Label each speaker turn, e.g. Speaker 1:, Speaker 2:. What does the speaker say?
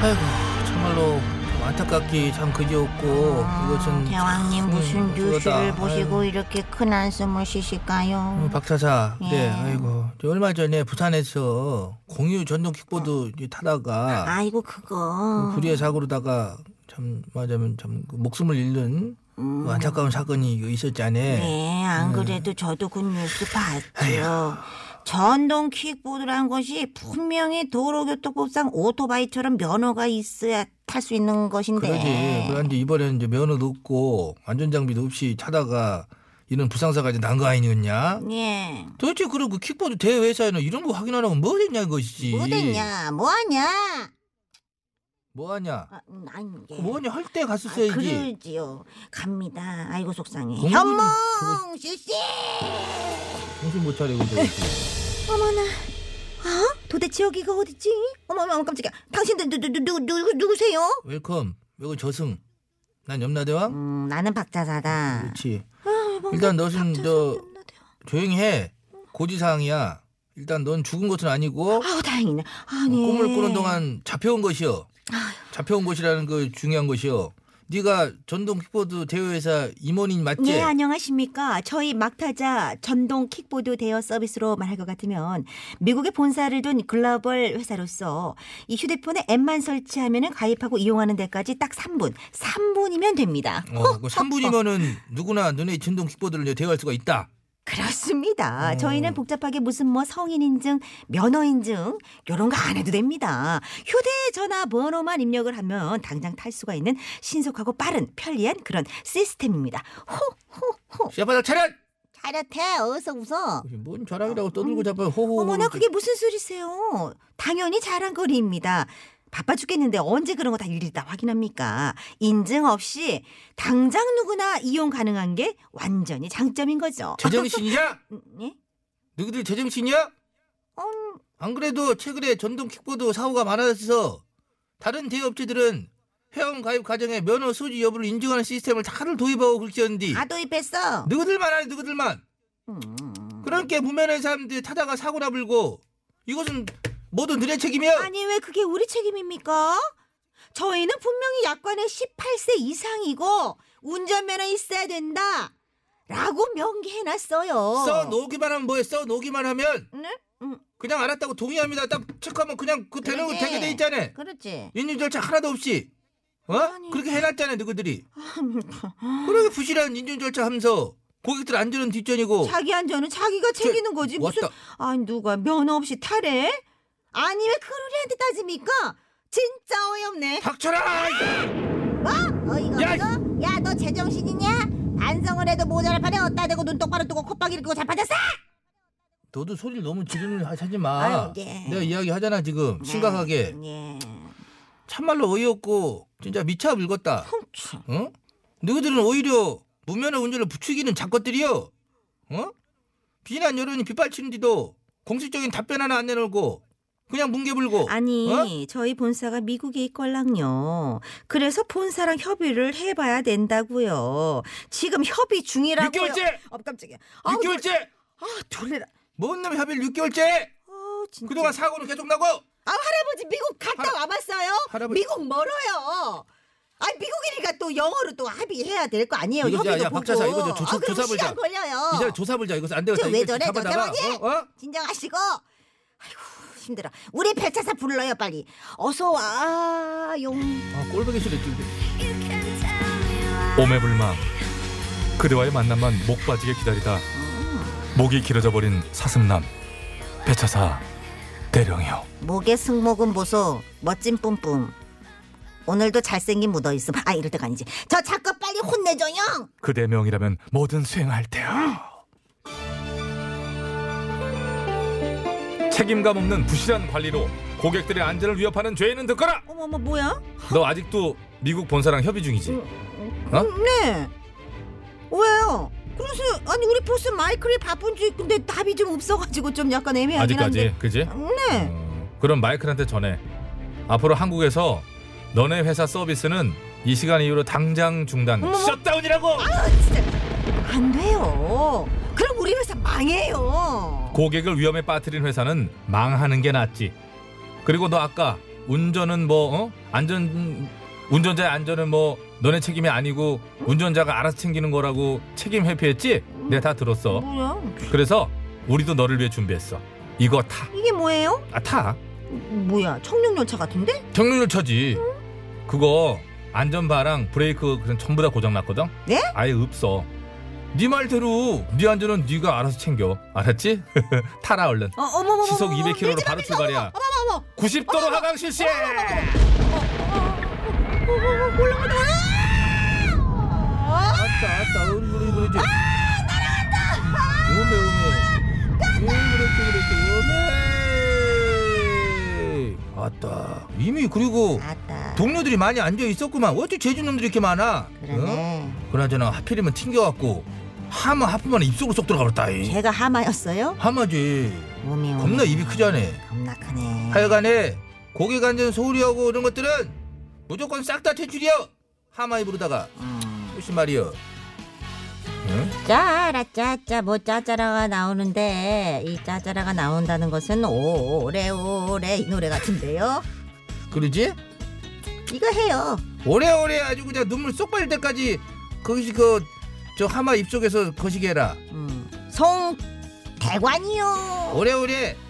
Speaker 1: 아이고 정말로 좀 안타깝기 참 그지없고 이것은
Speaker 2: 어, 아, 대왕님 무슨
Speaker 1: 참
Speaker 2: 뉴스를
Speaker 1: 그러다.
Speaker 2: 보시고 이렇게 큰 한숨을 쉬실까요?
Speaker 1: 아유, 음, 박차사
Speaker 2: 예.
Speaker 1: 네 아이고 저 얼마 전에 부산에서 공유 전동 킥보드 이제 타다가
Speaker 2: 어. 아이고 그거.
Speaker 1: 불의의 사고로다가 참 맞으면 참그 목숨을 잃는 그 안타까운 사건이 이거 있었지 않에
Speaker 2: 음. 네,
Speaker 1: 음.
Speaker 2: 안 그래도 저도 그 뉴스 봤죠. 전동 킥보드란 것이 분명히 도로교통법상 오토바이처럼 면허가 있어야 탈 수 있는 것인데.
Speaker 1: 그러지 그런데 이번에는 이제 면허도 없고 안전장비도 없이 타다가 이런 부상사까지 난 거 아니었냐
Speaker 2: 예.
Speaker 1: 도대체 그럼 그 킥보드 대회사에는 이런 거 확인하라고 뭐 했냐 이것이지
Speaker 2: 뭐 됐냐? 뭐 하냐?
Speaker 1: 뭐 하냐
Speaker 2: 아, 아니, 예.
Speaker 1: 뭐냐 할 때
Speaker 2: 아,
Speaker 1: 갔었어야지.
Speaker 2: 그러지요. 갑니다. 아이고 속상해.
Speaker 1: 공무원이
Speaker 2: 현몽 씨씨.
Speaker 1: 정신 못 차리고 이제.
Speaker 2: 어머나. 아? 도대체 여기가 어디지? 어머 어머 깜짝이야. 당신들 누누누누 누구 누구세요?
Speaker 1: 웰컴. 여기 저승. 난 염라대왕.
Speaker 2: 음, 어, 나는 박자사다.
Speaker 1: 그렇지. 일단 너는 저 조용히 해. 고지사항이야. 일단 넌 죽은 것은 아니고
Speaker 2: 아우 다행이네. 아니.
Speaker 1: 어, 꿈을 꾸는 동안 잡혀온 것이요. 잡혀온 것이라는 그 중요한 것이요. 네가 전동 킥보드 대여회사 임원인 맞지?
Speaker 2: 네,
Speaker 3: 예, 안녕하십니까. 저희 막타자 전동 킥보드 대여 서비스로 말할 것 같으면 미국에 본사를 둔 글로벌 회사로서 이 휴대폰에 앱만 설치하면 가입하고 이용하는 데까지 딱 3분, 3분이면 됩니다.
Speaker 1: 어, 그 3분이면은 누구나 눈에 전동 킥보드를 이제 대여할 수가 있다.
Speaker 3: 그렇습니다.
Speaker 1: 어.
Speaker 3: 저희는 복잡하게 무슨 뭐 성인 인증, 면허 인증 요런 거 안 해도 됩니다. 휴대전화 번호만 입력을 하면 당장 탈 수가 있는 신속하고 빠른 편리한 그런 시스템입니다. 호호호.
Speaker 1: 쇠바닥 차렷!
Speaker 2: 차렷해 어서 웃어.
Speaker 1: 뭔 자랑이라고 떠들고 잡아 호호.
Speaker 3: 어머나 그게 무슨 소리세요? 당연히 자랑거리입니다. 바빠 죽겠는데 언제 그런 거 다 일일이 다 확인합니까? 인증 없이 당장 누구나 이용 가능한 게 완전히 장점인 거죠.
Speaker 1: 제정신이냐?
Speaker 3: 음, 예?
Speaker 1: 너희들 제정신이야? 안 그래도 최근에 전동 킥보드 사고가 많아져서 다른 대여업체들은 회원 가입 과정에 면허 소지 여부를 인증하는 시스템을 다들 도입하고 그렇게였는데
Speaker 2: 아 도입했어.
Speaker 1: 너희들만 아니 너희들만
Speaker 3: 음.
Speaker 1: 그러니까 무면허 사람들이 타다가 사고나 불고 이것은 모두 너네 책임이야
Speaker 3: 아니 왜 그게 우리 책임입니까? 저희는 분명히 약관에 18세 이상이고 운전면허 있어야 된다. 라고 명기해놨어요.
Speaker 2: 뭐.
Speaker 1: 써 놓기만 하면 뭐해 써 놓기만 하면
Speaker 3: 네? 음.
Speaker 1: 그냥 알았다고 동의합니다 딱 체크하면 그냥 그 되는 거
Speaker 2: 그러게.
Speaker 1: 되게 돼 있잖아
Speaker 2: 그렇지.
Speaker 1: 인증 절차 하나도 없이 어?
Speaker 3: 아니.
Speaker 1: 그렇게 해놨잖아 너희들이 그러게 부실한 인증 절차 하면서 고객들 안전은 뒷전이고
Speaker 3: 자기 안전은 자기가 챙기는 거지 무슨
Speaker 1: 어. 왔다.
Speaker 3: 아니 누가 면허 없이 탈해? 아니 왜 그런 애한테 따집니까? 진짜 어이없네.
Speaker 1: 닥쳐라!
Speaker 2: 뭐? 어이가
Speaker 1: 야,
Speaker 2: 없어? 야너 제정신이냐? 반성을 해도 모자랄 판에 어디다 대고 눈 똑바로 뜨고 콧방귀를 끄고 잘 빠졌어?
Speaker 1: 너도 소리를 너무 지르는 하지 마.
Speaker 2: 아유, 예.
Speaker 1: 내가 이야기 하잖아 지금
Speaker 3: 네.
Speaker 1: 심각하게.
Speaker 2: 예.
Speaker 1: 참말로 어이없고 진짜 미쳐 물었다. 응? 너희들은 오히려 무면허 운전을 부추기는 작것들이요. 어? 비난 여론이 빗발치는데도 공식적인 답변 하나 안 내놓고 그냥 뭉개불고.
Speaker 3: 아니
Speaker 1: 어?
Speaker 3: 저희 본사가 미국에 있걸랑요. 그래서 본사랑 협의를 해봐야 된다고요. 지금 협의 중이라고요.
Speaker 1: 6개월째!
Speaker 3: 어 깜짝이야. 아우,
Speaker 1: 6개월째!
Speaker 3: 아 돌려라.
Speaker 1: 뭔 놈의 협의를 6개월째!
Speaker 3: 아 진짜.
Speaker 2: 음.
Speaker 1: 그동안 사고는 계속 나고!
Speaker 2: 어.
Speaker 3: 아 할아버지 미국 갔다
Speaker 1: 할아-
Speaker 3: 와봤어요?
Speaker 1: 할아버지-
Speaker 3: 미국 멀어요. 아 미국이니까 또 영어로 또 합의해야 될 거 아니에요.
Speaker 1: 이거 저-
Speaker 3: 협의도
Speaker 1: 야,
Speaker 3: 보고.
Speaker 1: 박차사, 이거 저 조사-
Speaker 3: 아, 그럼
Speaker 1: 조사불자.
Speaker 3: 시간 걸려요.
Speaker 1: 이제 조사불자 이것은 안 되겠다.
Speaker 2: 저왜
Speaker 1: 이거
Speaker 2: 저래? 저
Speaker 1: 잡아다가,
Speaker 2: 대박이야!
Speaker 1: 어? 어?
Speaker 2: 진정하시고. 아이고 힘들어. 우리 배차사 불러요 빨리. 어서 와 용.
Speaker 1: 아, 꼴보기 싫어 지금.
Speaker 4: 오매불망 그대와의 만남만 목 빠지게 기다리다 목이 길어져 버린 사슴남 배차사 대령이요
Speaker 2: 목에 승모근 보소 멋진 뿜뿜 오늘도 잘생긴 묻어있음 아 이럴 때가 아니지 저 자꾸 빨리 혼내줘요
Speaker 4: 그대 명이라면 뭐든 수행할 테요 책 책임감 없는 부실한 관리로 고객들의 안전을 위협하는 죄인은 듣거라.
Speaker 2: 어머 어머 뭐야?
Speaker 4: 너 아직도 미국 본사랑 협의 중이지? 어?
Speaker 2: 네. 왜요? 그래서 아니 우리 보스 마이클이 바쁜지 근데 답이 좀 없어가지고 좀 약간 애매하긴 한데.
Speaker 4: 아직까지 그지?
Speaker 2: 네.
Speaker 4: 어, 그럼 마이클한테 전해. 앞으로 한국에서 너네 회사 서비스는 이 시간 이후로 당장 중단. 셧다운이라고.
Speaker 2: 안 돼요. 그럼 우리 회사 망해요.
Speaker 4: 고객을 위험에 빠뜨린 회사는 망하는 게 낫지. 그리고 너 아까 운전은 뭐 어? 안전 운전자의 안전은 뭐 너네 책임이 아니고 운전자가 알아서 챙기는 거라고 책임 회피했지? 내가 다 들었어.
Speaker 2: 뭐야?
Speaker 4: 그래서 우리도 너를 위해 준비했어. 이거 타.
Speaker 2: 이게 뭐예요?
Speaker 4: 아 타.
Speaker 2: 뭐야? 청룡열차 같은데?
Speaker 4: 경륜을 쳐지. 그거 안전바랑 브레이크 그냥 전부 다 고장 났거든.
Speaker 2: 네?
Speaker 4: 아예 없어. 네 말대로 네 안전은 네가 알아서 챙겨. 알았지? 타라 얼른.
Speaker 2: 어, 어머 어머
Speaker 4: 시속 200km로 바로 출발이야.
Speaker 2: 어머 어머. 어,
Speaker 4: 90도로 하강 실시.
Speaker 2: 아!
Speaker 1: 어? 아따 아따 우리 우리 우리 아 날아간다 오메 아, 오메 간다 그렇지 그렇지 오메 아따 이미 그리고
Speaker 2: 아따.
Speaker 1: 동료들이 많이 앉아 있었구만 어째 제주놈들이 이렇게 많아 응?
Speaker 2: 그러네.
Speaker 1: 그나저나 하필이면 튕겨갖고 하마 하품만 입속으로 쏙 들어가버렸다 이.
Speaker 2: 제가 어. 하마였어요?
Speaker 1: 하마지
Speaker 2: 오메 오메.
Speaker 1: 겁나 입이 크잖아
Speaker 2: 겁나 크네.
Speaker 1: 하여간에 고객 안전 소홀히 하고 이런 것들은 무조건 싹 다 퇴출이여 하마 입으로다가
Speaker 2: 음.
Speaker 1: 무슨 말이여 응?
Speaker 2: 짜라 짜짜 뭐 짜짜라가 나오는데 이 짜짜라가 나온다는 것은 오래오래 이 노래 같은데요.
Speaker 1: 그러지?
Speaker 2: 이거 해요.
Speaker 1: 오래오래 아주 그냥 눈물 쏙 빠질 때까지 거기서 그저 하마 입속에서 거시게 해라
Speaker 2: 음. 송 대관이요.
Speaker 1: 오래오래